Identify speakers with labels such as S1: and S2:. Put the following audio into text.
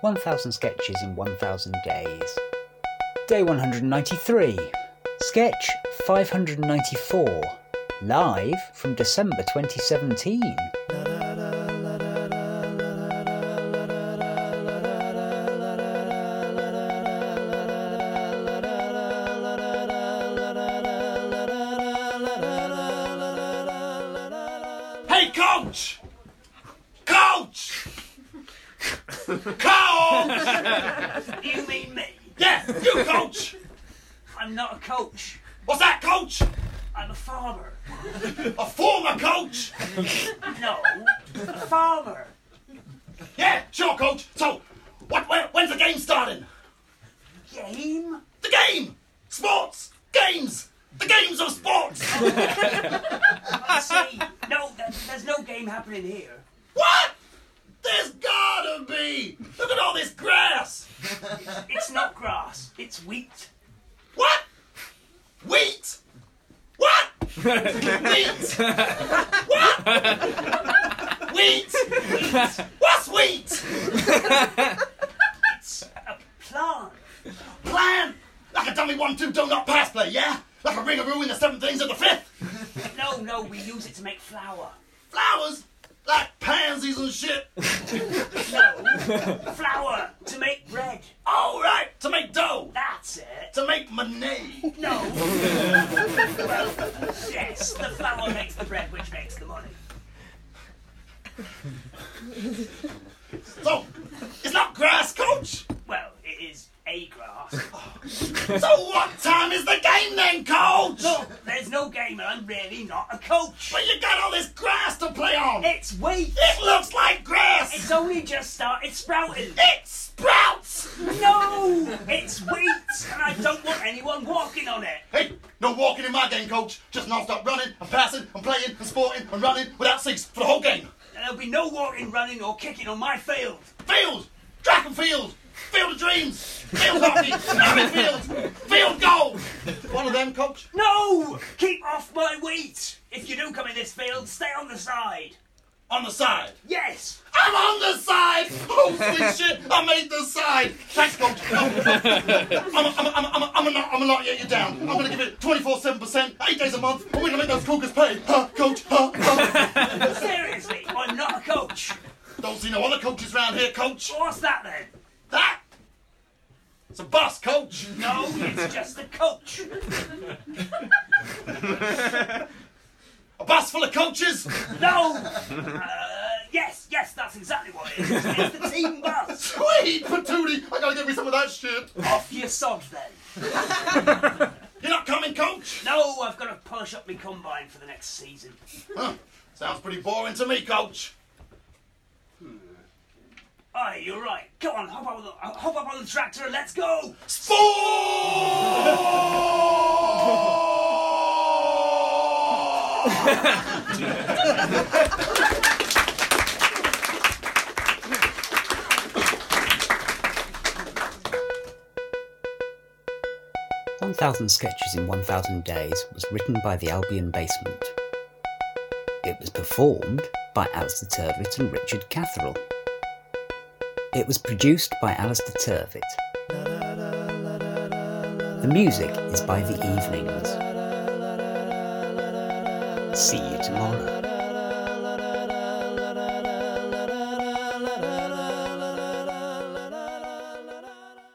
S1: 1000 Sketches in 1000 Days. Day 193. Sketch 594. Live from December 2017.
S2: Hey, coach! Coach! coach!
S3: You mean me?
S2: Yeah, you, coach!
S3: I'm not a coach.
S2: What's that, coach?
S3: I'm a farmer.
S2: A former coach?
S3: No, a farmer.
S2: Yeah, sure, coach. So, what, when, when's the game starting?
S3: Game?
S2: The game! Sports! Games! The games of sports!
S3: I say, no, there's, there's no game happening here.
S2: what? There's gotta be! Look at all this grass!
S3: It's not grass, it's wheat.
S2: What? Wheat? What? Wheat? What? Wheat? What's wheat?
S3: It's a plant.
S2: Plan! Like a dummy one-two donut pass play, yeah? Like a ring-a-roo in the seventh innings of the fifth.
S3: No, no, we use it to make flour.
S2: Flowers? Like pansies and shit.
S3: Flour to make bread.
S2: All right, to make dough.
S3: That's it.
S2: To make money.
S3: No. yes, the flour makes the bread, which makes the money.
S2: So, it's not grass, coach.
S3: Well, it is a grass.
S2: So what time is the game then, coach?
S3: Look, Oh, there's no game, and I'm really not a coach.
S2: But you got all this grass to play on.
S3: It's wheat.
S2: It looks like
S3: It's
S2: grass.
S3: only just started sprouting.
S2: It sprouts.
S3: No, it's wheat, and I don't want anyone walking on it.
S2: Hey, no walking in my game, coach. Just non-stop running and passing and playing and sporting and running without cease for the whole game.
S3: And there'll be no walking, running, or kicking on my field.
S2: Field, track and field, field of dreams, field hockey, rabbit field, field goal. One of them, coach.
S3: No, keep off my wheat. If you do come in this field, stay on the side.
S2: On the side.
S3: Yes,
S2: I'm on the side. Holy shit! I made the side. Thanks, coach. No, no, no. I'm, a, I'm, a, I'm, a, I'm, a, I'm, a not, I'm a not yet. You're down. I'm gonna give it 24-7 percent, eight days a month. I'm gonna make those cookers pay. Huh, coach? Huh, huh.
S3: seriously, I'm not a coach.
S2: Don't see no other coaches round here, coach.
S3: What's that then?
S2: That. It's a bus, coach.
S3: No, it's just a coach.
S2: A bus full of coaches.
S3: No. Uh, yes, yes, that's exactly what it is. It's the team bus.
S2: Sweet patootie. I gotta get me some of that shit.
S3: Off your sod then.
S2: You're not coming, coach.
S3: No, I've got to polish up my combine for the next season.
S2: Huh. Sounds pretty boring to me, coach.
S3: Aye, you're right. Go on, hop up on the, uh, hop up on the tractor and let's go.
S2: Sport.
S1: One Thousand Sketches in One Thousand Days was written by the Albion Basement. It was performed by Alistair Turvitt and Richard Catherall. It was produced by Alistair Turvitt. The music is by The Evenings. See you tomorrow.